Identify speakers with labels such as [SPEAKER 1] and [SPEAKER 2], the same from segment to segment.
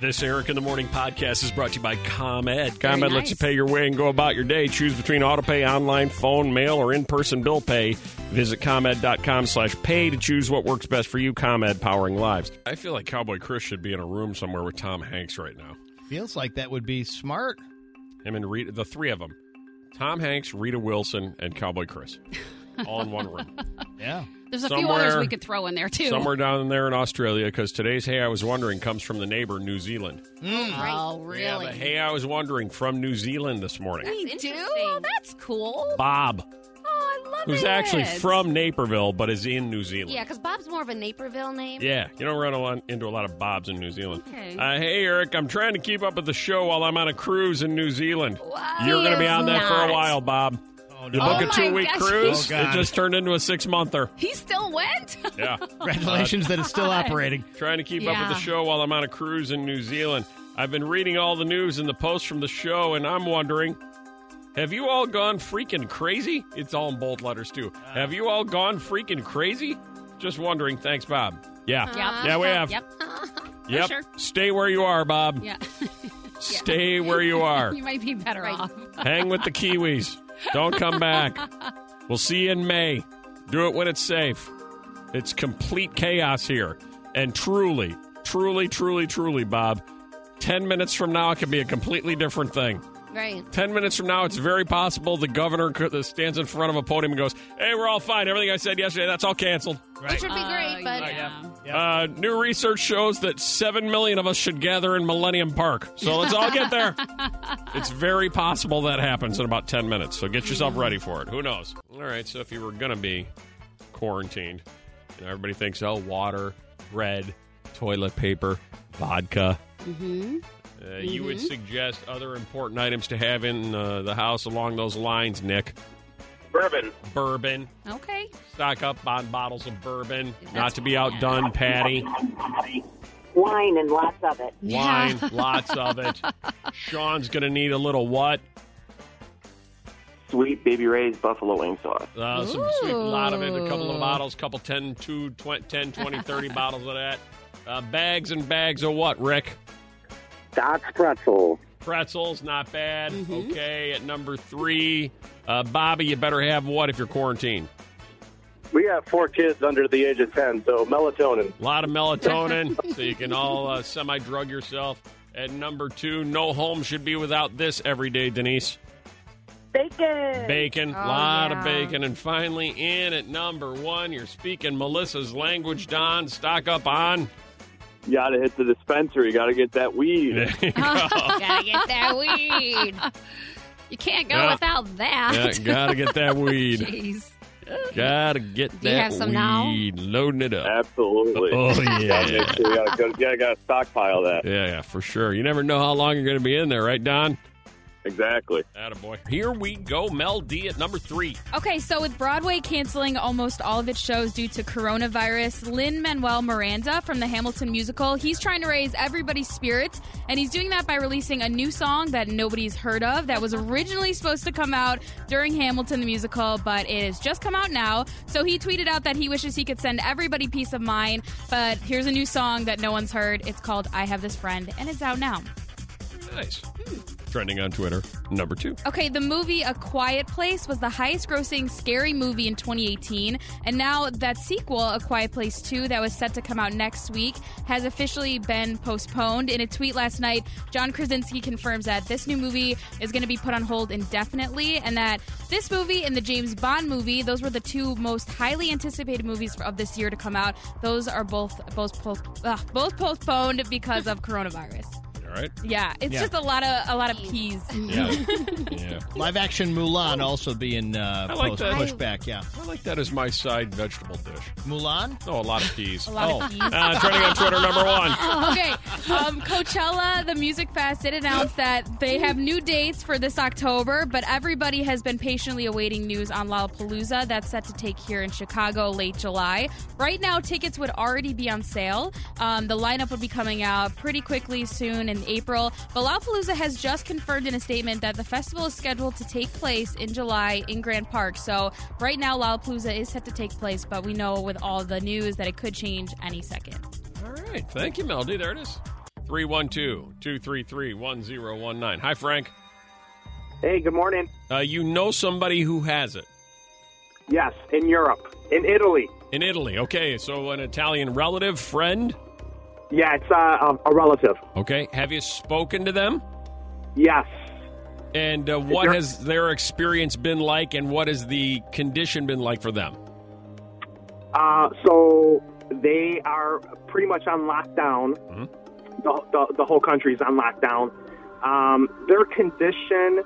[SPEAKER 1] This Eric in the Morning podcast is brought to you by ComEd.
[SPEAKER 2] Very
[SPEAKER 1] ComEd lets
[SPEAKER 2] nice.
[SPEAKER 1] you pay your way and go about your day. Choose between auto pay, online, phone, mail, or in-person bill pay. Visit ComEd.com slash pay to choose what works best for you. ComEd, powering lives. I feel like Cowboy Chris should be in a room somewhere with Tom Hanks right now.
[SPEAKER 3] Feels like that would be smart.
[SPEAKER 1] Him and Rita, the three of them. Tom Hanks, Rita Wilson, and Cowboy Chris. All in one room.
[SPEAKER 3] Yeah.
[SPEAKER 2] There's a few others
[SPEAKER 1] Somewhere-
[SPEAKER 2] we could throw in there too.
[SPEAKER 1] Somewhere down there in Australia, because today's Hey I Was Wondering comes from the neighbor, New Zealand.
[SPEAKER 2] Oh,
[SPEAKER 3] Yeah,
[SPEAKER 2] really?
[SPEAKER 3] but
[SPEAKER 1] Hey I Was Wondering from New Zealand this morning.
[SPEAKER 2] we
[SPEAKER 4] That's
[SPEAKER 2] do.
[SPEAKER 4] interesting.
[SPEAKER 2] Oh, that's cool.
[SPEAKER 1] Bob,
[SPEAKER 4] Oh, I love it.
[SPEAKER 1] who's actually from Naperville but is in New Zealand.
[SPEAKER 4] Yeah, because Bob's more of a Naperville name.
[SPEAKER 1] Yeah, you don't run a lot, into a lot of Bobs in New Zealand.
[SPEAKER 4] Okay.
[SPEAKER 1] Uh, hey, Eric, I'm trying to keep up with the show while I'm on a cruise in New Zealand.
[SPEAKER 4] Wow.
[SPEAKER 1] You're going to
[SPEAKER 4] He
[SPEAKER 1] be
[SPEAKER 4] is
[SPEAKER 1] on that for
[SPEAKER 4] not.
[SPEAKER 1] a while, Bob.
[SPEAKER 3] Oh, no.
[SPEAKER 1] You book
[SPEAKER 2] Oh
[SPEAKER 1] a
[SPEAKER 2] my
[SPEAKER 1] two week
[SPEAKER 2] gosh.
[SPEAKER 1] cruise,
[SPEAKER 3] Oh,
[SPEAKER 1] it
[SPEAKER 3] God.
[SPEAKER 1] just turned into a six monther.
[SPEAKER 2] He still went.
[SPEAKER 1] Yeah.
[SPEAKER 3] Congratulations that it's still operating.
[SPEAKER 1] Trying to keep up
[SPEAKER 2] Yeah.
[SPEAKER 1] with the show while I'm on a cruise in New Zealand. I've been reading all the news and the posts from the show, and I'm wondering have you all gone freaking crazy? It's all in bold letters, too. Have you all gone freaking crazy? Just wondering. Thanks, Bob. Yeah.
[SPEAKER 2] Yep.
[SPEAKER 1] Yeah, we have.
[SPEAKER 2] Uh-huh. Yep.
[SPEAKER 1] Yep.
[SPEAKER 2] sure.
[SPEAKER 1] Stay where you are, Bob.
[SPEAKER 2] Yeah.
[SPEAKER 1] Stay where you are.
[SPEAKER 2] you might be better
[SPEAKER 4] Right.
[SPEAKER 2] off.
[SPEAKER 1] Hang with the Kiwis. Don't come back. We'll see you in May. Do it when it's safe. It's complete chaos here. And truly, truly, truly, truly, Bob, 10 minutes from now, it could be a completely different thing.
[SPEAKER 4] Right.
[SPEAKER 1] 10 minutes from now, it's very possible the governor could- stands in front of a podium and goes, Hey, we're all fine. Everything I said yesterday, that's all canceled.
[SPEAKER 4] Which would be
[SPEAKER 2] Uh,
[SPEAKER 4] great, but
[SPEAKER 2] yeah.
[SPEAKER 1] Uh, new research shows that 7 million of us should gather in Millennium Park. So let's all get there. it's very possible that happens in about 10 minutes. So get yourself ready for it. Who knows? All right. So if you were going to be quarantined, and everybody thinks, oh, water, bread, toilet paper, vodka. Mm-hmm. Uh, You would suggest other important items to have in uh, the house along those lines, Nick.
[SPEAKER 5] bourbon.
[SPEAKER 1] Bourbon.
[SPEAKER 2] Okay.
[SPEAKER 1] Stock up on bottles of bourbon. Not to be outdone, Patty.
[SPEAKER 6] wine and lots of it.
[SPEAKER 1] wine, lots of it. Sean's going to need a little what?
[SPEAKER 5] Sweet Baby Ray's Buffalo Wing Sauce.
[SPEAKER 1] Uh, some sweet, a lot of it, a couple of
[SPEAKER 2] Ooh.
[SPEAKER 1] bottles, couple 10, 2, 20, 10, 20, 30 bottles of that. Uh, bags and bags of what, Rick?
[SPEAKER 6] Dots pretzel.
[SPEAKER 1] Pretzels, not bad. Okay, at number three, uh, Bobby, you better have what if you're quarantined?
[SPEAKER 7] We have four kids under the age of 10, so melatonin.
[SPEAKER 1] A lot of melatonin, so you can all uh, semi drug yourself. At number two, no home should be without this every day, Denise.
[SPEAKER 6] Bacon.
[SPEAKER 1] Bacon,
[SPEAKER 2] Oh,
[SPEAKER 1] lot of bacon. And finally, in at number one, you're speaking Melissa's language, Don. Stock up on.
[SPEAKER 7] You got to hit the dispensary. You got to get that weed.
[SPEAKER 4] gotta get that weed.
[SPEAKER 2] You can't go
[SPEAKER 1] Yeah.
[SPEAKER 2] without
[SPEAKER 1] Yeah,
[SPEAKER 2] that.
[SPEAKER 1] gotta get that weed.
[SPEAKER 2] Jeez.
[SPEAKER 1] Gotta get that
[SPEAKER 2] Do you have some
[SPEAKER 1] weed.
[SPEAKER 2] now?
[SPEAKER 1] Loading it up.
[SPEAKER 7] Absolutely.
[SPEAKER 1] Oh,
[SPEAKER 7] Make
[SPEAKER 1] yeah.
[SPEAKER 7] sure you got to you gotta stockpile that.
[SPEAKER 1] yeah, yeah, for sure. You never know how long you're gonna be in there, right, Don?
[SPEAKER 7] Exactly.
[SPEAKER 1] Attaboy. Here we go. Mel D at number three.
[SPEAKER 8] Okay, so with Broadway canceling almost all of its shows due to coronavirus, Lynn Manuel Miranda from the Hamilton musical, he's trying to raise everybody's spirits, and he's doing that by releasing a new song that nobody's heard of that was originally supposed to come out during Hamilton the musical, but it has just come out now. So he tweeted out that he wishes he could send everybody peace of mind, but here's a new song that no one's heard. It's called I Have This Friend, and it's out now.
[SPEAKER 1] Nice.
[SPEAKER 8] Hmm.
[SPEAKER 1] Trending on Twitter. Number two.
[SPEAKER 8] Okay, the movie A Quiet Place was the highest grossing scary movie in 2018. And now that sequel, A Quiet Place 2, that was set to come out next week, has officially been postponed. In a tweet last night, John Krasinski confirms that this new movie is going to be put on hold indefinitely and that this movie and the James Bond movie, those were the two most highly anticipated movies of this year to come out. Those are both both post, uh, both postponed because of coronavirus.
[SPEAKER 1] All right.
[SPEAKER 8] Yeah, it's
[SPEAKER 3] Yeah.
[SPEAKER 8] just a lot of a lot of peas.
[SPEAKER 1] Yeah. yeah.
[SPEAKER 3] Live action Mulan also being uh,
[SPEAKER 1] I like
[SPEAKER 3] post-
[SPEAKER 1] that.
[SPEAKER 3] pushed back. Yeah,
[SPEAKER 1] I like that as my side vegetable dish.
[SPEAKER 3] Mulan.
[SPEAKER 1] Oh, a lot of peas.
[SPEAKER 8] A lot
[SPEAKER 1] oh.
[SPEAKER 8] of peas.
[SPEAKER 1] Uh, trending on Twitter, number one.
[SPEAKER 8] okay. Um, Coachella, the music fest, did announce that they have new dates for this October, but everybody has been patiently awaiting news on Lollapalooza that's set to take here in Chicago late July. Right now, tickets would already be on sale. Um, the lineup would be coming out pretty quickly soon in April. But Lollapalooza has just confirmed in a statement that the festival is scheduled to take place in July in Grand Park. So right now, Lollapalooza is set to take place, but we know with all the news that it could change any second.
[SPEAKER 1] All right. Thank you, Melody. There it is. 312 233 1019. Hi, Frank.
[SPEAKER 5] Hey, good morning.
[SPEAKER 1] Uh, you know somebody who has it
[SPEAKER 5] Yes, in Europe, in Italy.
[SPEAKER 1] in Italy. Okay, so an Italian relative, friend.
[SPEAKER 5] Yeah, it's uh, a, a relative.
[SPEAKER 1] Okay, have you spoken to them?
[SPEAKER 5] Yes.
[SPEAKER 1] And uh, what
[SPEAKER 5] Sure.
[SPEAKER 1] has their experience been like, and what has the condition been like for them?
[SPEAKER 5] Uh, so they are pretty much on lockdown.
[SPEAKER 1] Mhm.
[SPEAKER 5] The, the, the whole country's on lockdown. Um, their condition,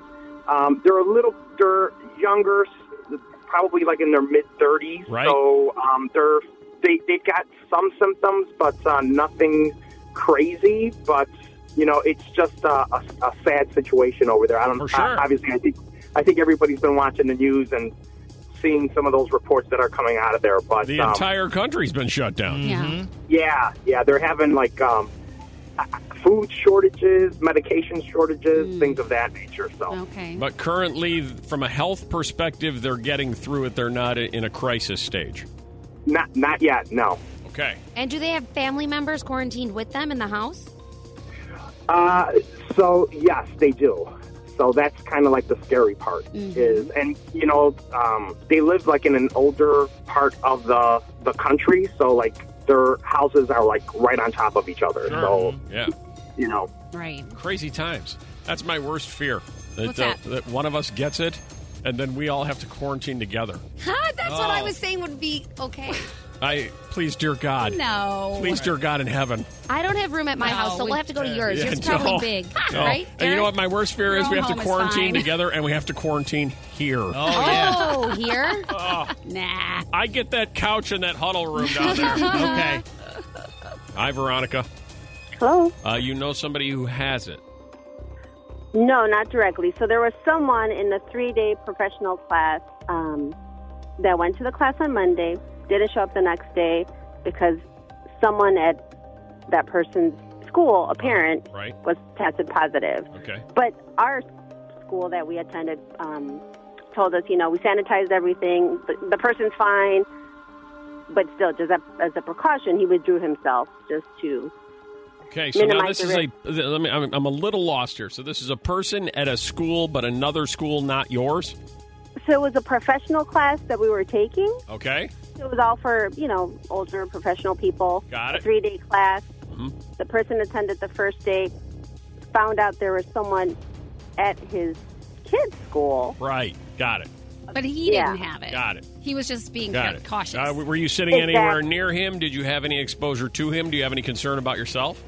[SPEAKER 5] um, they're a little, they're younger, s- probably like in their mid 30s.
[SPEAKER 1] Right.
[SPEAKER 5] So um, they're, they, they've got some symptoms, but uh, nothing crazy. But, you know, it's just uh, a, a sad situation over there. I don't
[SPEAKER 1] For sure.
[SPEAKER 5] Obviously, I think, I think everybody's been watching the news and seeing some of those reports that are coming out of there. But
[SPEAKER 1] The
[SPEAKER 5] um,
[SPEAKER 1] entire country's been shut down.
[SPEAKER 3] Mm-hmm.
[SPEAKER 5] yeah,
[SPEAKER 2] Yeah.
[SPEAKER 5] yeah, they're having like um, food shortages, medication shortages, things of that nature. So
[SPEAKER 2] Okay.
[SPEAKER 1] But currently, from a health perspective, they're getting through it. They're not in a crisis stage.
[SPEAKER 5] not not yet. No.
[SPEAKER 1] Okay.
[SPEAKER 4] And do they have family members quarantined with them in the house?
[SPEAKER 5] Uh, so yes, they do. So that's kind of like the scary part is, and you know, um, they live like in an older part of the the country, so like their houses are like right on top of each other. So
[SPEAKER 1] Yeah.
[SPEAKER 5] you know,
[SPEAKER 2] Right.
[SPEAKER 1] Crazy times. That's my worst fear. That,
[SPEAKER 2] What's
[SPEAKER 1] that? that one of us gets it, and then we all have to quarantine together.
[SPEAKER 4] Huh? That's
[SPEAKER 3] Oh.
[SPEAKER 4] what I was saying would be okay.
[SPEAKER 1] I please, dear God,
[SPEAKER 2] No.
[SPEAKER 1] please, dear God in heaven.
[SPEAKER 4] I don't have room at my
[SPEAKER 2] No,
[SPEAKER 4] house, so
[SPEAKER 2] we-
[SPEAKER 4] we'll have to go to yours.
[SPEAKER 1] Yeah,
[SPEAKER 4] Yours
[SPEAKER 1] no.
[SPEAKER 4] probably big,
[SPEAKER 1] No.
[SPEAKER 4] right?
[SPEAKER 1] And you know what?
[SPEAKER 4] Eric?
[SPEAKER 1] My worst fear is
[SPEAKER 2] Your
[SPEAKER 1] we have to
[SPEAKER 2] home is
[SPEAKER 1] quarantine
[SPEAKER 2] fine.
[SPEAKER 1] together, and we have to quarantine here.
[SPEAKER 3] Oh, yeah.
[SPEAKER 4] Oh, here?
[SPEAKER 2] Nah.
[SPEAKER 1] I get that couch in that huddle room down there.
[SPEAKER 3] Okay.
[SPEAKER 1] Hi, Veronica.
[SPEAKER 6] Hello?
[SPEAKER 1] Uh, you know somebody who has it.
[SPEAKER 6] No, not directly. So there was someone in the three day professional class um, that went to the class on Monday, didn't show up the next day because someone at that person's school, a parent,
[SPEAKER 1] Right.
[SPEAKER 6] was tested positive.
[SPEAKER 1] Okay.
[SPEAKER 6] But our school that we attended um, told us, you know, we sanitized everything. The, the person's fine, but still, just a, as a precaution, he withdrew himself just to.
[SPEAKER 1] Okay, so now
[SPEAKER 6] Minimize
[SPEAKER 1] this
[SPEAKER 6] the
[SPEAKER 1] is a. th- Let me. I'm, I'm a little lost here. So this is a person at a school, but another school, not yours.
[SPEAKER 6] So it was a professional class that we were taking.
[SPEAKER 1] Okay,
[SPEAKER 6] It was all for you know older professional people.
[SPEAKER 1] Got it.
[SPEAKER 6] Three day class.
[SPEAKER 1] Mhm.
[SPEAKER 6] The person attended the first day, found out there was someone at his kid's school.
[SPEAKER 1] right. Got it.
[SPEAKER 2] But he
[SPEAKER 6] Yeah.
[SPEAKER 2] didn't have it.
[SPEAKER 1] Got it.
[SPEAKER 2] He was just being
[SPEAKER 1] Got
[SPEAKER 2] ca-
[SPEAKER 1] it.
[SPEAKER 2] cautious.
[SPEAKER 1] Uh, were you sitting
[SPEAKER 6] Exactly.
[SPEAKER 1] anywhere near him? Did you have any exposure to him? Do you have any concern about yourself?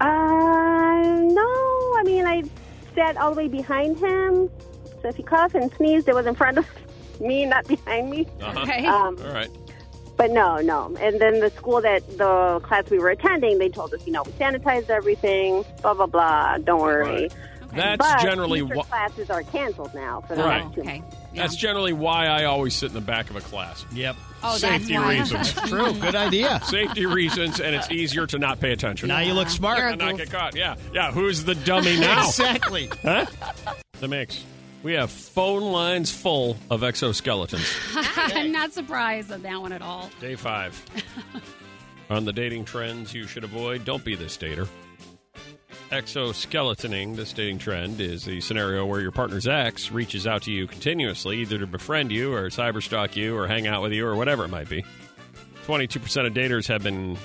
[SPEAKER 6] Uh, no, I mean I sat all the way behind him. So if he coughed and sneezed, it was in front of me, not behind me.
[SPEAKER 1] Uh-huh.
[SPEAKER 2] Okay.
[SPEAKER 6] Um,
[SPEAKER 1] All right.
[SPEAKER 6] But no, no. And then the school that the class we were attending, they told us, you know, we sanitized everything, blah blah blah. Don't worry.
[SPEAKER 1] Right. That's
[SPEAKER 6] but
[SPEAKER 1] generally
[SPEAKER 6] teacher
[SPEAKER 1] what.
[SPEAKER 6] classes are canceled now for the
[SPEAKER 1] Right.
[SPEAKER 6] next two
[SPEAKER 2] Oh, Okay. Yeah.
[SPEAKER 1] That's generally why I always sit in the back of a class.
[SPEAKER 3] Yep.
[SPEAKER 2] oh, that's
[SPEAKER 1] Safety
[SPEAKER 2] why.
[SPEAKER 1] reasons.
[SPEAKER 3] True. Good idea.
[SPEAKER 1] Safety reasons, and it's easier to not pay attention.
[SPEAKER 3] Now you look
[SPEAKER 4] You're
[SPEAKER 3] smart.
[SPEAKER 4] a-
[SPEAKER 1] and not get caught. Yeah, yeah. Who's the dummy now?
[SPEAKER 3] Exactly.
[SPEAKER 1] Huh? The mix. We have phone lines full of exoskeletons.
[SPEAKER 2] I'm not surprised at that one at all.
[SPEAKER 1] Day five. On the dating trends you should avoid, don't be this dater. Exoskeletoning, this dating trend, is the scenario where your partner's ex reaches out to you continuously, either to befriend you or cyberstalk you or hang out with you or whatever it might be. 22% of daters have been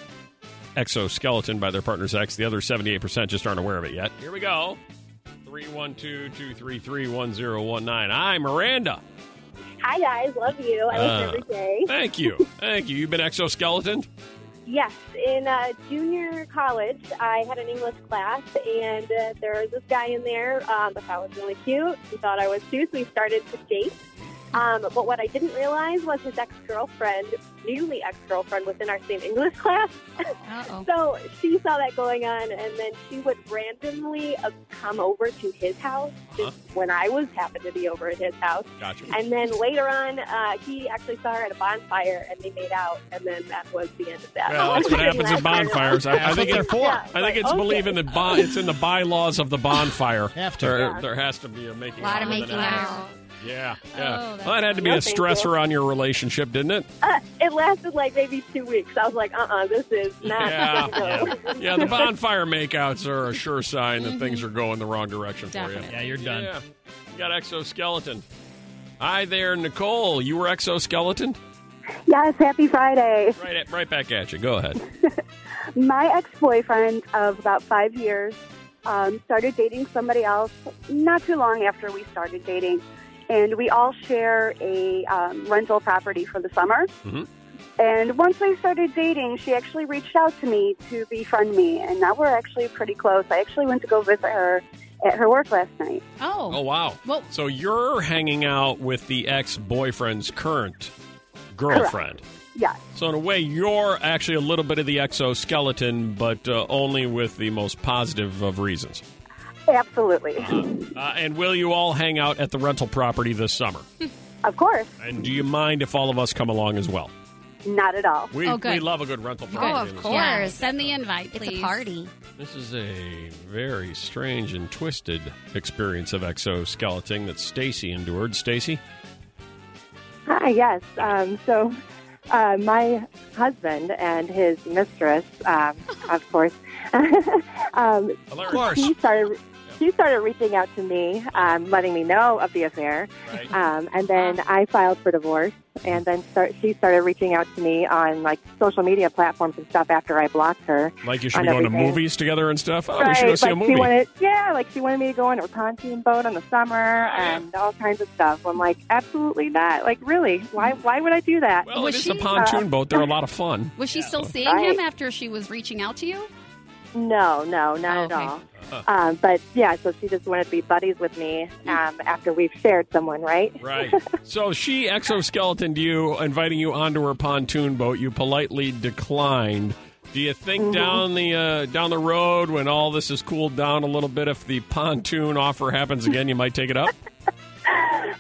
[SPEAKER 1] exoskeleton by their partner's ex. The other 78% just aren't aware of it yet. Here we go. 312 233 1019. Hi, Miranda.
[SPEAKER 6] Hi guys, love you. I listen
[SPEAKER 1] Uh.
[SPEAKER 6] every day.
[SPEAKER 1] Thank you. Thank you. You've been exoskeleton?
[SPEAKER 6] Yes, in uh, junior college, I had an English class, and uh, there was this guy in there um, that I was really cute. He thought I was too, so we started to date. Um, but what I didn't realize was his ex girlfriend, newly ex girlfriend, was in our same English class.
[SPEAKER 2] Uh oh.
[SPEAKER 6] So she saw that going on, and then she would randomly uh, come over to his house just when I was happened to be over at his house.
[SPEAKER 1] Gotcha.
[SPEAKER 6] And then later on, uh, he actually saw her at a bonfire, and they made out, and then that was the end of that.
[SPEAKER 1] Well, that's what happens at bonfires. I, I
[SPEAKER 3] That's what
[SPEAKER 1] think
[SPEAKER 3] they're
[SPEAKER 1] it,
[SPEAKER 3] for.
[SPEAKER 1] I think it's believing that bon- it's in the bylaws of the bonfire.
[SPEAKER 3] Have to.
[SPEAKER 1] There, there has to be a making
[SPEAKER 4] A lot
[SPEAKER 1] out
[SPEAKER 4] of
[SPEAKER 1] with an
[SPEAKER 4] making
[SPEAKER 1] axe.
[SPEAKER 4] out.
[SPEAKER 1] Yeah, yeah.
[SPEAKER 8] Oh,
[SPEAKER 1] well, that had to be a
[SPEAKER 6] No, thank
[SPEAKER 1] stressor on your relationship, didn't it?
[SPEAKER 6] Uh, it lasted like maybe two weeks. I was like, uh uh this is not.
[SPEAKER 1] Yeah,
[SPEAKER 6] no.
[SPEAKER 1] Yeah, the bonfire makeouts are a sure sign that things are going the wrong direction for you.
[SPEAKER 2] Definitely.
[SPEAKER 3] Yeah, you're done.
[SPEAKER 1] Yeah, you got exoskeleton. Hi there, Nicole. You were exoskeleton.
[SPEAKER 9] Yes, happy Friday.
[SPEAKER 1] Right, at, right back at you. Go ahead.
[SPEAKER 9] My ex boyfriend of about five years um, started dating somebody else not too long after we started dating. And we all share a um, rental property for the summer.
[SPEAKER 1] Mhm.
[SPEAKER 9] And once we started dating, she actually reached out to me to befriend me. And now we're actually pretty close. I actually went to go visit her at her work last night.
[SPEAKER 2] Oh.
[SPEAKER 1] Oh wow.
[SPEAKER 2] Well-
[SPEAKER 1] so you're hanging out with the ex boyfriend's current girlfriend.
[SPEAKER 9] Yes,
[SPEAKER 1] So in a way, you're actually a little bit of the exoskeleton, but uh, only with the most positive of reasons.
[SPEAKER 9] absolutely.
[SPEAKER 1] Uh, and will you all hang out at the rental property this summer?
[SPEAKER 9] Of course,
[SPEAKER 1] and do you mind if all of us come along as well?
[SPEAKER 9] not at all.
[SPEAKER 1] We,
[SPEAKER 2] Oh, good.
[SPEAKER 1] we love a good rental
[SPEAKER 2] Good.
[SPEAKER 1] property. in the summer.
[SPEAKER 2] Yeah,
[SPEAKER 4] course.
[SPEAKER 2] Send the invite, please.
[SPEAKER 4] It's a party.
[SPEAKER 1] This is a very strange and twisted experience of exoskeleton that Stacy endured. Stacy,
[SPEAKER 9] Hi, yes.
[SPEAKER 10] Um, so, uh, my husband and his mistress, um, of course, um,
[SPEAKER 1] hilarious.
[SPEAKER 10] he started. He started reaching out to me, um, letting me know of the affair,
[SPEAKER 1] Right.
[SPEAKER 2] Uh,
[SPEAKER 10] um, and then I filed for divorce. And then start, she started reaching out to me on like social media platforms and stuff after I blocked her.
[SPEAKER 1] Like you should
[SPEAKER 10] On
[SPEAKER 1] be going to
[SPEAKER 10] everything.
[SPEAKER 1] movies together and stuff. Oh, we should go see
[SPEAKER 10] like
[SPEAKER 1] a movie.
[SPEAKER 10] She wanted, yeah, like she wanted me to go on a pontoon boat in the summer and all kinds of stuff. I'm like, absolutely not. Like, really? Why? Why would I do that?
[SPEAKER 1] well,
[SPEAKER 2] Was
[SPEAKER 1] it is the
[SPEAKER 2] she- uh,
[SPEAKER 1] pontoon boat. They're a lot of fun.
[SPEAKER 2] Was she still seeing
[SPEAKER 10] Right.
[SPEAKER 2] him after she was reaching out to you?
[SPEAKER 10] No, no,
[SPEAKER 2] Oh,
[SPEAKER 10] not
[SPEAKER 2] okay.
[SPEAKER 10] at all. Um, but yeah, so she just wanted to be buddies with me um, after we've shared someone, right?
[SPEAKER 1] Right. so she exoskeletoned you, inviting you onto her pontoon boat. You politely declined. Do you think
[SPEAKER 2] Mm-hmm.
[SPEAKER 1] down the uh, down the road, when all this is cooled down a little bit, if the pontoon offer happens again, you might take it up?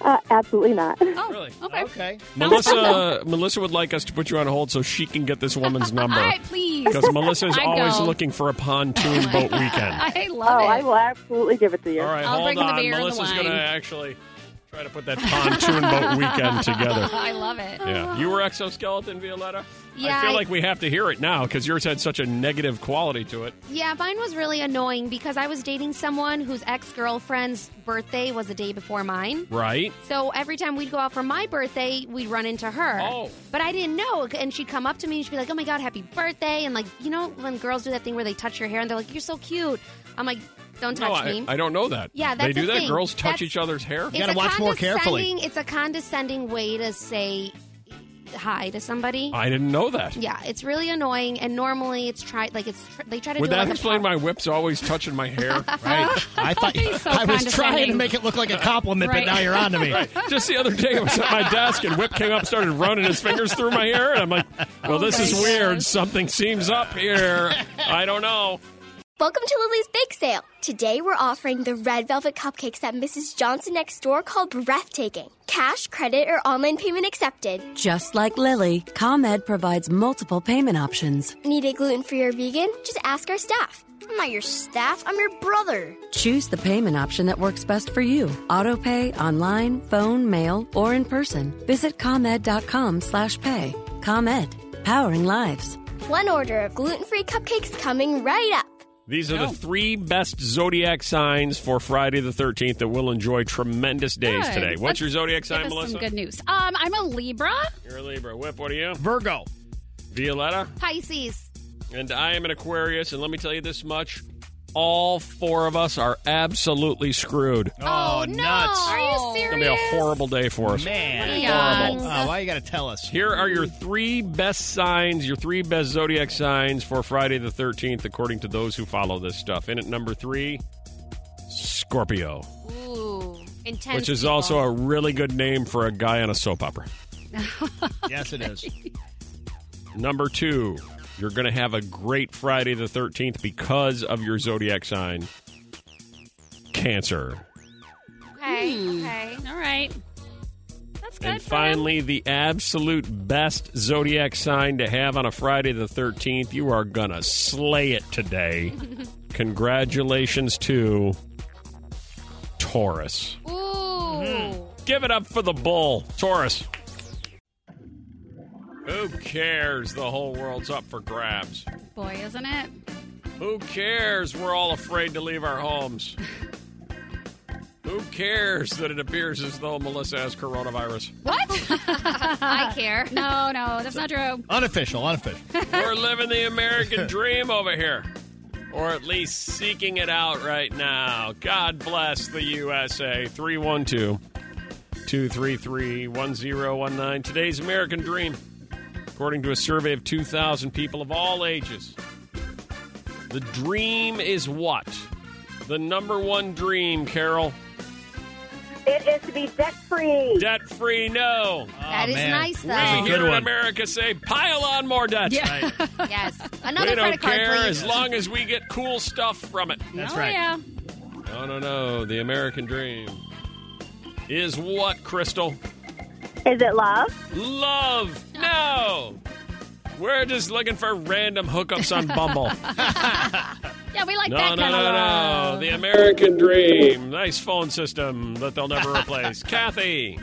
[SPEAKER 10] Uh, absolutely not.
[SPEAKER 2] Oh,
[SPEAKER 1] Really?
[SPEAKER 2] okay.
[SPEAKER 3] Okay.
[SPEAKER 1] Melissa, Melissa would like us to put you on hold so she can get this woman's
[SPEAKER 2] All
[SPEAKER 1] number
[SPEAKER 2] right, please.
[SPEAKER 1] because Melissa is
[SPEAKER 2] I
[SPEAKER 1] always
[SPEAKER 2] go.
[SPEAKER 1] looking for a pontoon boat weekend.
[SPEAKER 2] I
[SPEAKER 10] Oh,
[SPEAKER 2] love it.
[SPEAKER 10] I will absolutely give it to you.
[SPEAKER 1] All right,
[SPEAKER 2] I'll
[SPEAKER 1] hold
[SPEAKER 2] bring the
[SPEAKER 1] on.
[SPEAKER 2] beer and the
[SPEAKER 1] Melissa's going to
[SPEAKER 2] wine.
[SPEAKER 1] actually try to put that pontoon boat weekend together.
[SPEAKER 2] I love it.
[SPEAKER 1] Yeah. You were exoskeleton, Violetta? I
[SPEAKER 4] Yeah,
[SPEAKER 1] feel
[SPEAKER 4] I-
[SPEAKER 1] like we have to hear it now because yours had such a negative quality to it.
[SPEAKER 4] Yeah, mine was really annoying because I was dating someone whose ex girlfriend's birthday was the day before mine.
[SPEAKER 1] Right?
[SPEAKER 4] So every time we'd go out for my birthday, we'd run into her.
[SPEAKER 1] Oh.
[SPEAKER 4] But I didn't know. And she'd come up to me and she'd be like, oh my God, happy birthday. And like, you know, when girls do that thing where they touch your hair and they're like, you're so cute. I'm like, don't touch
[SPEAKER 1] no, I,
[SPEAKER 4] me.
[SPEAKER 1] I don't know that.
[SPEAKER 4] Yeah,
[SPEAKER 1] They
[SPEAKER 4] that's
[SPEAKER 1] do
[SPEAKER 4] the
[SPEAKER 1] that?
[SPEAKER 4] thing.
[SPEAKER 1] Girls touch
[SPEAKER 4] That's-
[SPEAKER 1] each other's hair?
[SPEAKER 4] It's
[SPEAKER 3] gotta
[SPEAKER 4] a
[SPEAKER 3] watch more carefully.
[SPEAKER 4] condescending- It's a condescending way to say hi to somebody.
[SPEAKER 1] I didn't know that.
[SPEAKER 4] yeah, it's really annoying. And normally it's tried, like, it's tr- they try to
[SPEAKER 1] Would
[SPEAKER 4] do it
[SPEAKER 1] that
[SPEAKER 4] like
[SPEAKER 1] explain
[SPEAKER 4] a
[SPEAKER 1] my whips always touching my hair?
[SPEAKER 3] Right. I thought
[SPEAKER 2] He's so
[SPEAKER 3] I was trying to
[SPEAKER 2] condescending.
[SPEAKER 3] make it look like a compliment,
[SPEAKER 2] Right.
[SPEAKER 3] but now you're on to me.
[SPEAKER 1] Just the other day, I was at my desk and Whip came up, started running his fingers through my hair, and I'm like, "Well, this
[SPEAKER 2] my
[SPEAKER 1] is
[SPEAKER 2] gosh.
[SPEAKER 1] weird. Something seems up here. I don't know."
[SPEAKER 11] Welcome to Lily's Bake Sale. Today we're offering the red velvet cupcakes that Mrs. Johnson next door called breathtaking. Cash, credit, or online payment accepted.
[SPEAKER 12] Just like Lily, ComEd provides multiple payment options.
[SPEAKER 11] Need a gluten free or vegan? Just ask our staff. I'm not your staff, I'm your brother.
[SPEAKER 12] Choose the payment option that works best for you. Auto pay, online, phone, mail, or in person. Visit ComEd.com slash pay. ComEd, powering lives.
[SPEAKER 11] One order of gluten free cupcakes coming right up.
[SPEAKER 1] These are the three best zodiac signs for Friday the 13th that will enjoy tremendous days
[SPEAKER 2] Good.
[SPEAKER 1] today. What's
[SPEAKER 2] Let's
[SPEAKER 1] your zodiac sign,
[SPEAKER 2] Give us
[SPEAKER 1] Melissa?
[SPEAKER 2] some good news. Um, I'm a Libra.
[SPEAKER 1] You're a Libra. Whip, what are you?
[SPEAKER 3] Virgo.
[SPEAKER 1] Violetta.
[SPEAKER 4] Pisces.
[SPEAKER 1] And I am an Aquarius. And let me tell you this much all four of us are absolutely screwed.
[SPEAKER 3] Oh, nuts.
[SPEAKER 2] Are you
[SPEAKER 1] Oh. It's going to be
[SPEAKER 2] serious?
[SPEAKER 1] a uh, horrible day for us.
[SPEAKER 3] Man.
[SPEAKER 2] Yeah.
[SPEAKER 3] Horrible. Oh, why you got to tell us?
[SPEAKER 1] Here are your three best signs, your three best zodiac signs for Friday the 13th, according to those who follow this stuff. In at number three, Scorpio,
[SPEAKER 4] Ooh. Intense.
[SPEAKER 1] which is
[SPEAKER 4] people.
[SPEAKER 1] also a really good name for a guy on a soap opera.
[SPEAKER 3] Yes, it is.
[SPEAKER 1] Number two, you're going to have a great Friday the 13th because of your zodiac sign, Cancer.
[SPEAKER 4] Okay,
[SPEAKER 2] Hmm.
[SPEAKER 4] okay.
[SPEAKER 2] All right. That's good.
[SPEAKER 1] And
[SPEAKER 2] for him.
[SPEAKER 1] finally, the absolute best zodiac sign to have on a Friday the 13th. You are going to slay it today. Congratulations to Taurus. Hmm.
[SPEAKER 4] Ooh.
[SPEAKER 1] Give it up for the bull, Taurus. Who cares? The whole world's up for grabs.
[SPEAKER 2] Boy, isn't it?
[SPEAKER 1] Who cares? We're all afraid to leave our homes. Who cares that it appears as though Melissa has coronavirus?
[SPEAKER 2] What? I care. No, no, that's not true.
[SPEAKER 3] Unofficial, unofficial.
[SPEAKER 1] We're living the American dream over here. Or at least seeking it out right now. God bless the USA. 312 233 1019. Today's American dream, according to a survey of 2,000 people of all ages. The dream is what? The number one dream, Carol.
[SPEAKER 6] It is to be debt free.
[SPEAKER 1] Debt free, no.
[SPEAKER 4] That is
[SPEAKER 1] Oh, man.
[SPEAKER 4] nice,
[SPEAKER 1] We
[SPEAKER 4] though. That's a
[SPEAKER 1] here
[SPEAKER 4] good
[SPEAKER 1] in
[SPEAKER 4] one.
[SPEAKER 1] America say, pile on more debt.
[SPEAKER 4] yes. Another
[SPEAKER 1] we don't
[SPEAKER 4] credit card,
[SPEAKER 1] care
[SPEAKER 4] please.
[SPEAKER 1] as long as we get cool stuff from it.
[SPEAKER 4] That's Oh, right. yeah.
[SPEAKER 1] No, no, no. The American dream is what, Crystal?
[SPEAKER 6] Is it love?
[SPEAKER 1] Love. No. We're just looking for random hookups on Bumble.
[SPEAKER 2] Yeah, we like
[SPEAKER 1] no,
[SPEAKER 2] that
[SPEAKER 1] no,
[SPEAKER 2] kind of
[SPEAKER 1] no, no. The American dream. Nice phone system that they'll never replace. Kathy,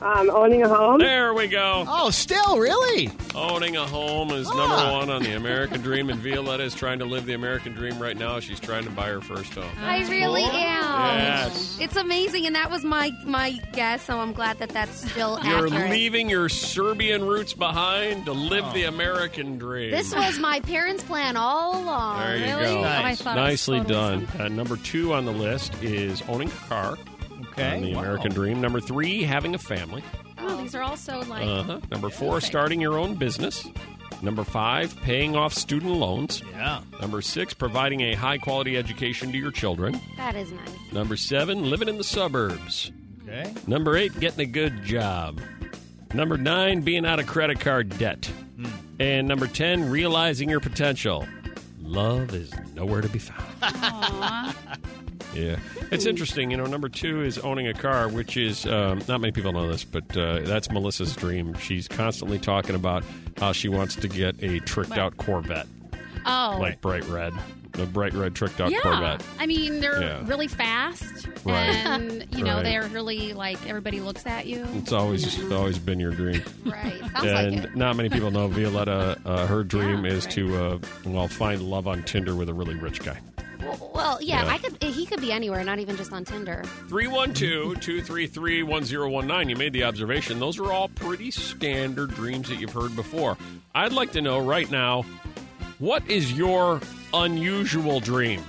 [SPEAKER 13] Um, owning a home.
[SPEAKER 1] there we go.
[SPEAKER 3] Oh, still really?
[SPEAKER 1] Owning a home is number one on the American dream, and Violetta is trying to live the American dream right now. She's trying to buy her first home.
[SPEAKER 4] I really
[SPEAKER 1] cool.
[SPEAKER 4] am.
[SPEAKER 1] Yes.
[SPEAKER 4] It's amazing, and that was my my guess. So I'm glad that that's still
[SPEAKER 1] You're
[SPEAKER 4] accurate.
[SPEAKER 1] leaving your Serbian roots behind to live the American dream.
[SPEAKER 4] This was my parents' plan all along.
[SPEAKER 1] there you
[SPEAKER 4] really?
[SPEAKER 1] go.
[SPEAKER 4] Oh, I thought it was
[SPEAKER 1] Nicely
[SPEAKER 4] totally
[SPEAKER 1] done. Uh, number two on the list is owning a car.
[SPEAKER 3] Okay,
[SPEAKER 1] On the
[SPEAKER 3] wow.
[SPEAKER 1] American dream. Number three, having a family.
[SPEAKER 2] Oh, these are also like.
[SPEAKER 1] Uh-huh. Number four, starting your own business. Number five, paying off student loans.
[SPEAKER 3] Yeah.
[SPEAKER 1] Number six, providing a high quality education to your children.
[SPEAKER 4] That is nice.
[SPEAKER 1] Number seven, living in the suburbs.
[SPEAKER 3] Okay.
[SPEAKER 1] Number eight, getting a good job. Number nine, being out of credit card debt. And number 10, realizing your potential. Love is nowhere to be found.
[SPEAKER 2] Aw.
[SPEAKER 1] Yeah. It's interesting. You know, number two is owning a car, which is um, not many people know this, but uh, that's Melissa's dream. She's constantly talking about how she wants to get a tricked out Corvette,
[SPEAKER 2] Oh.
[SPEAKER 1] like bright red, the bright red tricked out
[SPEAKER 2] yeah.
[SPEAKER 1] Corvette.
[SPEAKER 2] I mean, they're
[SPEAKER 1] Yeah.
[SPEAKER 2] really fast.
[SPEAKER 1] Right.
[SPEAKER 2] And, you know,
[SPEAKER 1] Right.
[SPEAKER 2] they're really like everybody looks at you.
[SPEAKER 1] It's always it's always been your dream.
[SPEAKER 2] Right. Sounds
[SPEAKER 1] and
[SPEAKER 2] like it. Ah,
[SPEAKER 1] not many people know Violetta. Uh, her dream is to uh, well find love on Tinder with a really rich guy.
[SPEAKER 4] Well, well, yeah,
[SPEAKER 1] Yeah.
[SPEAKER 4] I could. He could be anywhere, not even just on Tinder.
[SPEAKER 1] 312-233-1019. You made the observation. Those are all pretty standard dreams that you've heard before. I'd like to know right now, what is your unusual dream?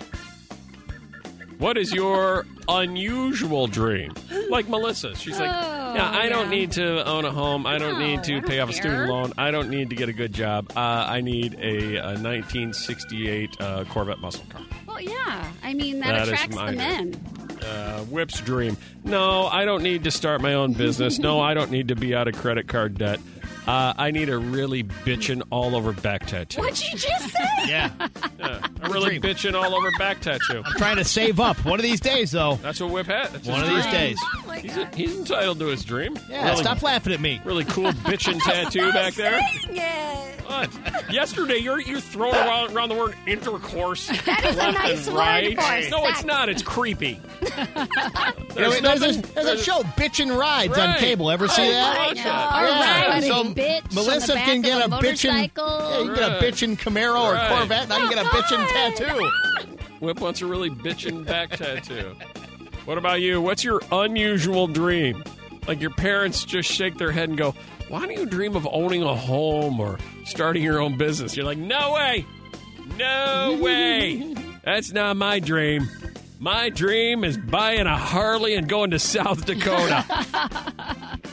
[SPEAKER 1] What is your unusual dream? Like Melissa, she's like,
[SPEAKER 14] Oh,
[SPEAKER 1] yeah, I don't
[SPEAKER 14] yeah.
[SPEAKER 1] need to own a home. I don't need to pay off a student loan. I don't need to get a good job. Uh, I need a, a 1968 uh, Corvette muscle car.
[SPEAKER 2] Well, yeah. I mean, that,
[SPEAKER 1] That is
[SPEAKER 2] attracts
[SPEAKER 1] my-
[SPEAKER 2] the men.
[SPEAKER 1] Uh, Whip's dream. No, I don't need to start my own business. No, I don't need to be out of credit card debt. Uh, I need a really bitchin' all over back tattoo.
[SPEAKER 2] What'd you just say?
[SPEAKER 3] Yeah.
[SPEAKER 1] Yeah, a really bitchin' all over back tattoo.
[SPEAKER 3] I'm trying to save up. One of these days, though.
[SPEAKER 1] That's what Whip had. That's
[SPEAKER 3] One
[SPEAKER 1] his
[SPEAKER 3] of these
[SPEAKER 1] dream.
[SPEAKER 3] days.
[SPEAKER 1] He's, he's entitled to his dream.
[SPEAKER 3] Yeah, stop laughing at me.
[SPEAKER 1] Really cool bitchin' tattoo back there. What? Yesterday, you're you're throwing around, around the word intercourse. That
[SPEAKER 4] is a nice word
[SPEAKER 1] right.
[SPEAKER 4] for
[SPEAKER 1] No,
[SPEAKER 4] sex.
[SPEAKER 1] it's not. It's creepy.
[SPEAKER 3] There's, there's,
[SPEAKER 1] There's nothing-
[SPEAKER 3] a, there's a show, Bitchin' Rides, on
[SPEAKER 1] Right.
[SPEAKER 3] cable. Ever see
[SPEAKER 1] Oh,
[SPEAKER 3] that?
[SPEAKER 1] I know. All right,
[SPEAKER 3] So
[SPEAKER 1] bitch on the
[SPEAKER 3] Melissa
[SPEAKER 1] back
[SPEAKER 3] can
[SPEAKER 1] of
[SPEAKER 3] get
[SPEAKER 1] a
[SPEAKER 3] a, bitchin',
[SPEAKER 1] motorcycle. Oh,
[SPEAKER 3] yeah, you can get
[SPEAKER 1] Right.
[SPEAKER 3] a bitchin' Camaro or
[SPEAKER 1] Right.
[SPEAKER 3] Corvette, and I can get a bitchin' tattoo.
[SPEAKER 1] Whip wants a really bitchin' back tattoo. What about you? What's your unusual dream? Like your parents just shake their head and go, Why do you dream of owning a home or starting your own business? You're like, No way! No way! That's not my dream. My dream is buying a Harley and going to South Dakota.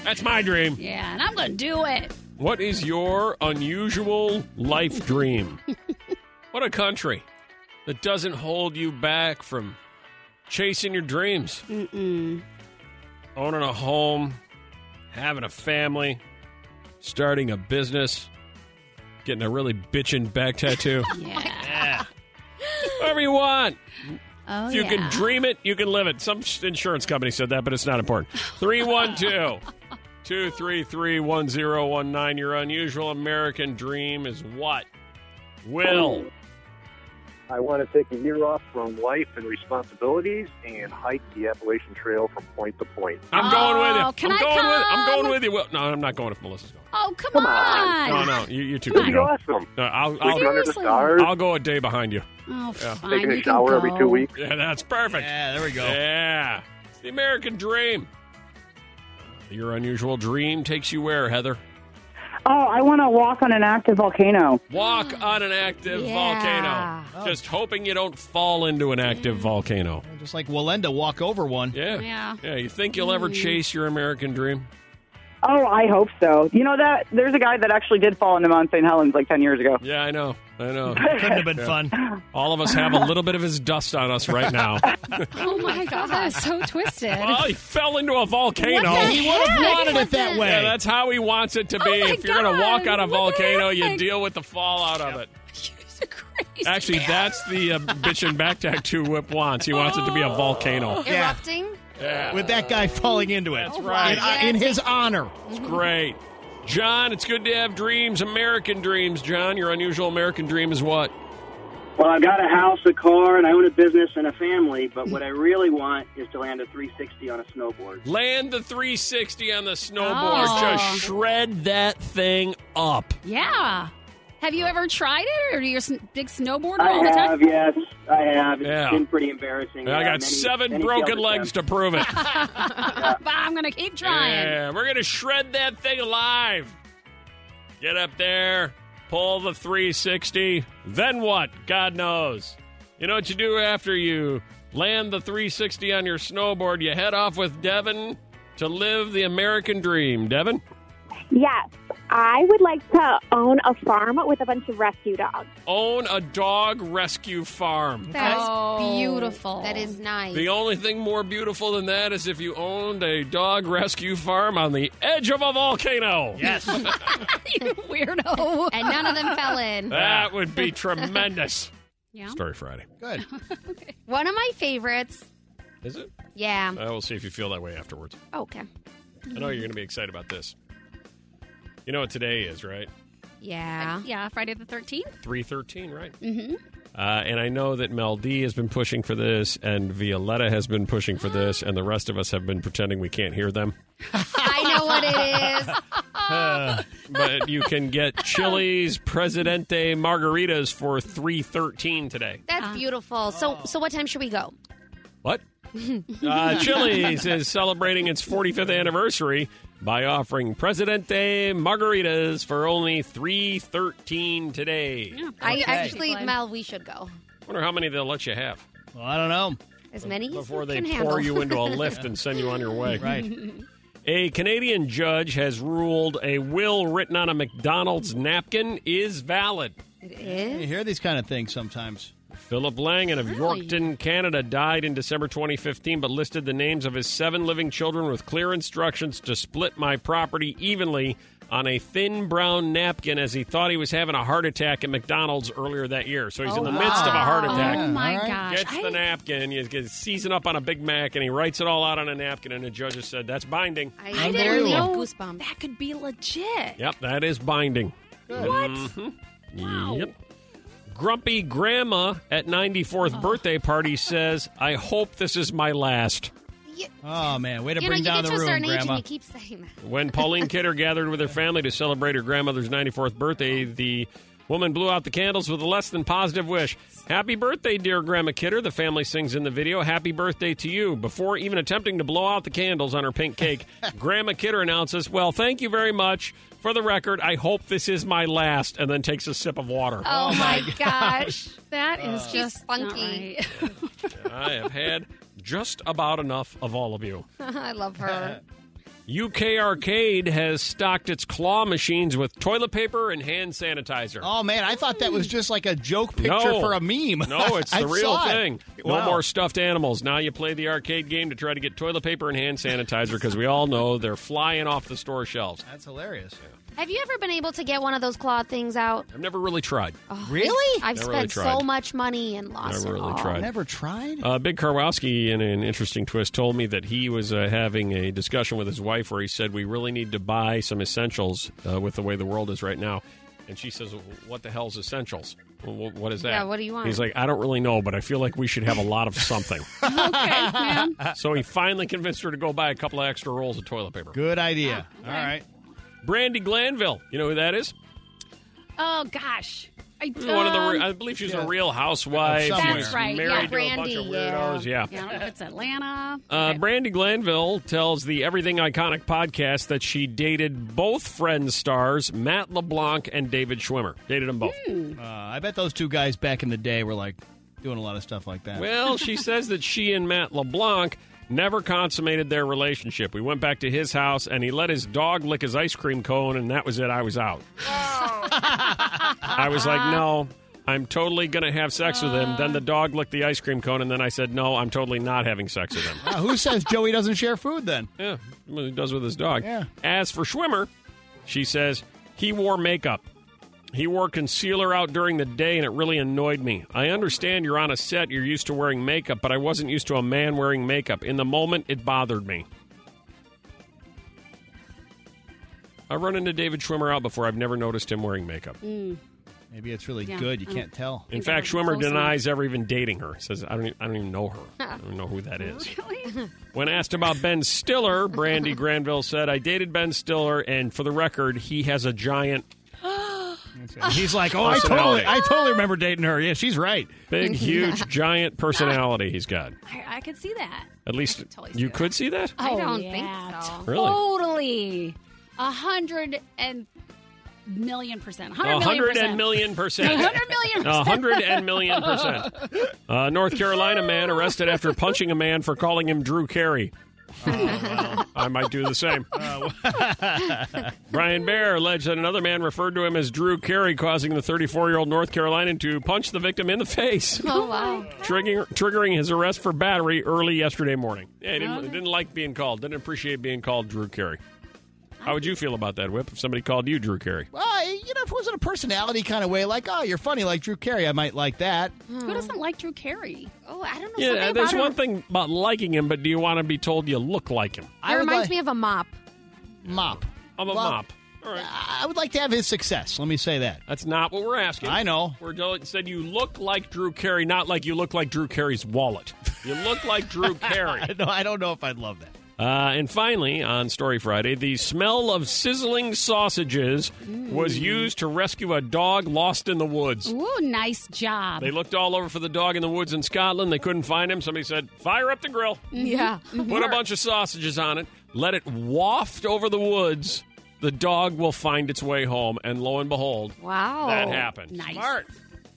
[SPEAKER 1] That's my dream.
[SPEAKER 2] Yeah, and I'm going to do it.
[SPEAKER 1] What is your unusual life dream? what a country that doesn't hold you back from chasing your dreams.
[SPEAKER 2] Mm-mm.
[SPEAKER 1] Owning a home, having a family, starting a business, getting a really bitchin' back tattoo.
[SPEAKER 2] Yeah.
[SPEAKER 1] Whatever you want.
[SPEAKER 2] Oh,
[SPEAKER 1] If you
[SPEAKER 2] yeah.
[SPEAKER 1] can dream it, you can live it. Some sh- insurance company said that, but it's not important. 312 233 1019. Your unusual American dream is what? Will.
[SPEAKER 7] I want to take a year off from life and responsibilities and hike the Appalachian Trail from point to point.
[SPEAKER 1] I'm going with you.
[SPEAKER 2] Oh, can
[SPEAKER 1] I'm
[SPEAKER 2] I
[SPEAKER 1] going with. I'm
[SPEAKER 2] come?
[SPEAKER 1] going with you. Well, no, I'm not going if Melissa's going.
[SPEAKER 2] Oh, come, on.
[SPEAKER 1] No, no, you, you two
[SPEAKER 7] That'd
[SPEAKER 1] can
[SPEAKER 7] be
[SPEAKER 1] go.
[SPEAKER 7] awesome.
[SPEAKER 1] No, I'll,
[SPEAKER 7] Sleep
[SPEAKER 1] I'll,
[SPEAKER 7] under the Seriously? stars.
[SPEAKER 1] I'll go a day behind you.
[SPEAKER 2] Oh,
[SPEAKER 1] Yeah.
[SPEAKER 2] fine.
[SPEAKER 7] Taking a
[SPEAKER 2] you can
[SPEAKER 7] shower every
[SPEAKER 2] go.
[SPEAKER 7] two weeks.
[SPEAKER 1] Yeah, that's perfect. Yeah, there we go. Yeah. It's the American dream. Your unusual dream takes you where, Heather?
[SPEAKER 13] Oh, I want to walk on an active volcano.
[SPEAKER 1] Walk on an active
[SPEAKER 13] Yeah.
[SPEAKER 1] volcano. Just hoping you don't fall into an active volcano.
[SPEAKER 3] Just like Walenda, walk over one.
[SPEAKER 1] Yeah. Yeah. Yeah, you think you'll
[SPEAKER 2] Mm.
[SPEAKER 1] ever chase your American dream?
[SPEAKER 13] Oh, I hope so. You know that there's a guy that actually did fall into Mount St. Helens like ten years ago.
[SPEAKER 1] Yeah, I know. I know.
[SPEAKER 13] Couldn't
[SPEAKER 3] have been
[SPEAKER 1] fun. All of us have a little bit of his dust on us right now.
[SPEAKER 2] Oh my god, that is so twisted.
[SPEAKER 1] well, he fell into a volcano.
[SPEAKER 2] What the He would've heck? wanted it that way.
[SPEAKER 1] Yeah, that's how he wants it to be.
[SPEAKER 2] my
[SPEAKER 1] if you're going to
[SPEAKER 2] God,
[SPEAKER 1] walk on a
[SPEAKER 2] what the
[SPEAKER 1] volcano, you
[SPEAKER 2] heck?
[SPEAKER 1] deal with the fallout of it. Actually, that's the uh, bitchin' back tattoo whip wants. He wants it to be a volcano.
[SPEAKER 4] Erupting?
[SPEAKER 1] Yeah.
[SPEAKER 3] With that guy falling into it.
[SPEAKER 1] That's right.
[SPEAKER 3] In, uh, in his honor.
[SPEAKER 1] It's great. John, it's good to have dreams, American dreams. John, your unusual American dream is what?
[SPEAKER 14] Well, I've got a house, a car, and I own a business and a family, but what I really want is to land a 360 on a snowboard.
[SPEAKER 1] Land the 360 on the snowboard.
[SPEAKER 2] Oh.
[SPEAKER 1] Just shred that thing up.
[SPEAKER 2] Yeah. Have you ever tried it, or do you sn- big snowboarder
[SPEAKER 14] I
[SPEAKER 2] all the time?
[SPEAKER 14] have, yes, I have. It's
[SPEAKER 1] Yeah.
[SPEAKER 14] been pretty embarrassing.
[SPEAKER 1] I
[SPEAKER 14] Yeah,
[SPEAKER 1] got
[SPEAKER 14] many-
[SPEAKER 1] seven
[SPEAKER 14] many
[SPEAKER 1] broken
[SPEAKER 14] failed
[SPEAKER 1] legs to prove it.
[SPEAKER 2] But I'm gonna keep trying.
[SPEAKER 1] Yeah, we're gonna shred that thing alive. Get up there, pull the 360. Then what? God knows. You know what you do after you land the 360 on your snowboard? You head off with Devin to live the American dream. Devin,
[SPEAKER 15] Yes, I would like to own a farm with a bunch of rescue dogs.
[SPEAKER 1] own a dog rescue farm.
[SPEAKER 4] That's
[SPEAKER 2] beautiful.
[SPEAKER 4] Oh, That is nice.
[SPEAKER 1] The only thing more beautiful than that is if you owned a dog rescue farm on the edge of a volcano. Yes.
[SPEAKER 2] you weirdo.
[SPEAKER 4] And none of them fell in.
[SPEAKER 1] that would be tremendous.
[SPEAKER 4] Yeah.
[SPEAKER 1] Story Friday.
[SPEAKER 4] Good. One of my favorites.
[SPEAKER 1] Is it?
[SPEAKER 4] Yeah.
[SPEAKER 1] I will see if you feel that way afterwards.
[SPEAKER 4] Okay.
[SPEAKER 1] I know you're going to be excited about this. You know what today is, right?
[SPEAKER 4] Yeah.
[SPEAKER 2] yeah, Friday the 13th.
[SPEAKER 1] 313, right?
[SPEAKER 2] Mm-hmm.
[SPEAKER 1] Uh, and I know that Mel D has been pushing for this, and Violetta has been pushing for this, and the rest of us have been pretending we can't hear them.
[SPEAKER 4] I know what it is.
[SPEAKER 1] Uh, but you can get Chili's Presidente margaritas for 313 today.
[SPEAKER 4] That's beautiful. So, so what time should we go?
[SPEAKER 1] What? Uh, Chili's is celebrating its 45th anniversary by offering Presidente margaritas for only 313 today.
[SPEAKER 4] I
[SPEAKER 2] Okay.
[SPEAKER 4] actually,
[SPEAKER 2] Fine.
[SPEAKER 4] Mel, we should go.
[SPEAKER 1] Wonder how many they'll let you have
[SPEAKER 3] Well, I don't know.
[SPEAKER 4] As many as
[SPEAKER 1] before
[SPEAKER 4] you
[SPEAKER 1] they
[SPEAKER 4] can
[SPEAKER 1] pour
[SPEAKER 4] handle.
[SPEAKER 1] you into a lift and send you on your way.
[SPEAKER 3] Right.
[SPEAKER 1] A Canadian judge has ruled a will written on a McDonald's napkin is valid.
[SPEAKER 4] It
[SPEAKER 3] You
[SPEAKER 4] is.
[SPEAKER 3] hear these kind of things sometimes.
[SPEAKER 1] Philip Langan of Yorkton, Canada, died in December 2015, but listed the names of his seven living children with clear instructions to split my property evenly on a thin brown napkin as he thought he was having a heart attack at McDonald's earlier that year. So he's in the midst of a heart attack.
[SPEAKER 2] Oh my gosh.
[SPEAKER 1] Gets the napkin, he gets season up on a Big Mac, and he writes it all out on a napkin, and the judge has said, That's binding.
[SPEAKER 4] I, I
[SPEAKER 8] didn't
[SPEAKER 4] literally have
[SPEAKER 8] know
[SPEAKER 4] goosebumps.
[SPEAKER 8] that could be legit.
[SPEAKER 1] Yep, that is binding. Mm-hmm.
[SPEAKER 8] What?
[SPEAKER 1] Yep. Grumpy Grandma at 94th birthday party says, I hope this is my last.
[SPEAKER 3] Oh, man. Way to
[SPEAKER 4] you know,
[SPEAKER 3] bring
[SPEAKER 4] you
[SPEAKER 3] down
[SPEAKER 4] get
[SPEAKER 3] the
[SPEAKER 4] to a
[SPEAKER 3] room,
[SPEAKER 4] certain age and
[SPEAKER 3] Grandma.
[SPEAKER 4] you keep saying that.
[SPEAKER 1] When Pauline Kidder gathered with her family to celebrate her grandmother's 94th birthday, the woman blew out the candles with a less than positive wish. Happy birthday, dear Grandma Kidder, the family sings in the video. Happy birthday to you. Before even attempting to blow out the candles on her pink cake, Grandma Kidder announces, Well, thank you very much. For the record, I hope this is my last, and then takes a sip of water.
[SPEAKER 4] Oh, my gosh.
[SPEAKER 2] That is
[SPEAKER 1] Uh.
[SPEAKER 4] She's
[SPEAKER 2] just
[SPEAKER 4] funky.
[SPEAKER 1] I have had just about enough of all of you.
[SPEAKER 4] I love her.
[SPEAKER 1] UK Arcade has stocked its claw machines with toilet paper and hand sanitizer.
[SPEAKER 3] Oh, man. I thought that was just like a joke picture
[SPEAKER 1] No.
[SPEAKER 3] for a meme.
[SPEAKER 1] No, it's
[SPEAKER 3] I
[SPEAKER 1] the real
[SPEAKER 3] saw it.
[SPEAKER 1] thing. No
[SPEAKER 3] Wow.
[SPEAKER 1] more stuffed animals. Now you play the arcade game to try to get toilet paper and hand sanitizer because we all know they're flying off the store shelves.
[SPEAKER 3] That's hilarious.
[SPEAKER 4] Have you ever been able to get one of those claw things out?
[SPEAKER 1] I've never really tried.
[SPEAKER 4] Oh.
[SPEAKER 3] Really?
[SPEAKER 4] I've
[SPEAKER 1] Never really
[SPEAKER 4] spent
[SPEAKER 1] tried.
[SPEAKER 4] so much money and lost
[SPEAKER 1] Never
[SPEAKER 4] it
[SPEAKER 1] really
[SPEAKER 4] all.
[SPEAKER 1] tried.
[SPEAKER 3] Never tried?
[SPEAKER 1] Uh, Big Karwowski, in an interesting twist, told me that he was uh, having a discussion with his wife where he said, We really need to buy some essentials uh, with the way the world is right now. And she says, "What the hell's essentials? Well, wh- what is that?
[SPEAKER 4] Yeah, what do you want?
[SPEAKER 1] He's like, "I don't really know, but I feel like we should have a lot of something." so he finally convinced her to go buy a couple of extra rolls of toilet paper.
[SPEAKER 3] Good idea.
[SPEAKER 4] Oh,
[SPEAKER 1] All right. Brandy Glanville, you know who that is?
[SPEAKER 2] Oh gosh. I,
[SPEAKER 1] One of the, re-
[SPEAKER 2] um,
[SPEAKER 1] I believe she's a Real Housewife.
[SPEAKER 2] That's
[SPEAKER 1] She's
[SPEAKER 2] right.
[SPEAKER 1] Married to
[SPEAKER 2] yeah,
[SPEAKER 1] a bunch
[SPEAKER 2] Brandy.
[SPEAKER 1] of
[SPEAKER 2] yeah.
[SPEAKER 1] weirdos. Yeah.
[SPEAKER 2] I don't know if it's Atlanta.
[SPEAKER 1] Uh, Brandy Glanville tells the Everything Iconic podcast that she dated both Friends stars, Matt LeBlanc and David Schwimmer. Dated them both.
[SPEAKER 2] Hmm.
[SPEAKER 3] Uh, I bet those two guys back in the day were like doing a lot of stuff like that.
[SPEAKER 1] Well, she says that she and Matt LeBlanc never consummated their relationship. We went back to his house and he let his dog lick his ice cream cone, and that was it. I was out. I was like, no. I'm totally going to have sex with him. Then the dog licked the ice cream cone, and then I said, No, I'm totally not having sex with him.
[SPEAKER 3] Wow, who says Joey doesn't share food then?
[SPEAKER 1] Yeah, what he does with his dog.
[SPEAKER 3] Yeah.
[SPEAKER 1] As for Schwimmer, she says he wore makeup. He wore concealer out during the day, and it really annoyed me. I understand you're on a set, you're used to wearing makeup, but I wasn't used to a man wearing makeup. In the moment, it bothered me. I've run into David Schwimmer out before. I've never noticed him wearing makeup.
[SPEAKER 3] Maybe it's really
[SPEAKER 1] Yeah,
[SPEAKER 3] good. You
[SPEAKER 4] Oh.
[SPEAKER 1] I
[SPEAKER 3] can't tell.
[SPEAKER 1] In fact, Schwimmer denies ever even dating her. Says I don't, e- I don't even know her. I don't know who that is. When asked about Ben Stiller, Brandy Granville said, "I dated Ben Stiller, and for the record, he has a giant."
[SPEAKER 3] He's like, oh, I totally, I totally remember dating her. Yeah, she's right.
[SPEAKER 1] big, huge, giant personality. He's got.
[SPEAKER 2] I, I could see that.
[SPEAKER 1] At least you could see that.
[SPEAKER 2] I don't
[SPEAKER 4] think so.
[SPEAKER 1] Really?
[SPEAKER 2] Oh, Totally. A hundred and million percent. A
[SPEAKER 1] A
[SPEAKER 2] hundred million
[SPEAKER 1] hundred and
[SPEAKER 2] percent.
[SPEAKER 1] million percent.
[SPEAKER 2] A hundred million percent.
[SPEAKER 1] A hundred and million percent. A North Carolina man arrested after punching a man for calling him Drew Carey. I might do the same. Brian Bear alleged that another man referred to him as Drew Carey, causing the 34 year old North Carolinian to punch the victim in the face,
[SPEAKER 2] Oh, wow.
[SPEAKER 1] triggering, triggering his arrest for battery early yesterday morning. Yeah, he didn't, didn't like being called, didn't appreciate being called Drew Carey. How would you feel about that, Whip, if somebody called you Drew Carey?
[SPEAKER 3] Well, I- you know, if it wasn't a personality kind of way, like, oh, you're funny like Drew Carey, I might like that.
[SPEAKER 4] Mm,
[SPEAKER 2] Who doesn't like Drew Carey?
[SPEAKER 4] Oh, I don't
[SPEAKER 1] Yeah, there's one thing about liking him, but do you want to be told you look like him?
[SPEAKER 4] It reminds me of a mop.
[SPEAKER 3] Mop.
[SPEAKER 1] I'm a mop. All right.
[SPEAKER 3] I would like to have his success. Let me say that.
[SPEAKER 1] That's not what we're asking.
[SPEAKER 3] I know.
[SPEAKER 1] We're do- said you look like Drew Carey, not like you look like Drew Carey's wallet. You look like Drew Carey.
[SPEAKER 3] no, I don't know if I'd love that.
[SPEAKER 1] Uh, and finally, on Story Friday, the smell of sizzling sausages
[SPEAKER 3] Mm.
[SPEAKER 1] was used to rescue a dog lost in the woods.
[SPEAKER 2] Ooh, nice job.
[SPEAKER 1] They looked all over for the dog in the woods in Scotland. They couldn't find him. Somebody said, "Fire up the grill."
[SPEAKER 2] Yeah. Mhm.
[SPEAKER 1] Put a bunch of sausages on it. Let it waft over the woods. The dog will find its way home. And lo and behold,
[SPEAKER 4] Wow.
[SPEAKER 1] that happened.
[SPEAKER 4] Nice.
[SPEAKER 1] Smart.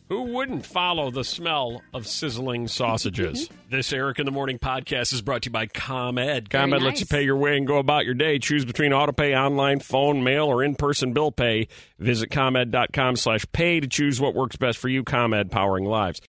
[SPEAKER 1] Who wouldn't follow the smell of sizzling sausages? this Eric in the Morning podcast is brought to you by ComEd. ComEd
[SPEAKER 16] Mm-hmm. Very
[SPEAKER 1] lets you
[SPEAKER 16] nice.
[SPEAKER 1] pay your way and go about your day. Choose between auto pay, online, phone, mail, or in-person bill pay. Visit ComEd.com slash pay to choose what works best for you. ComEd powering lives.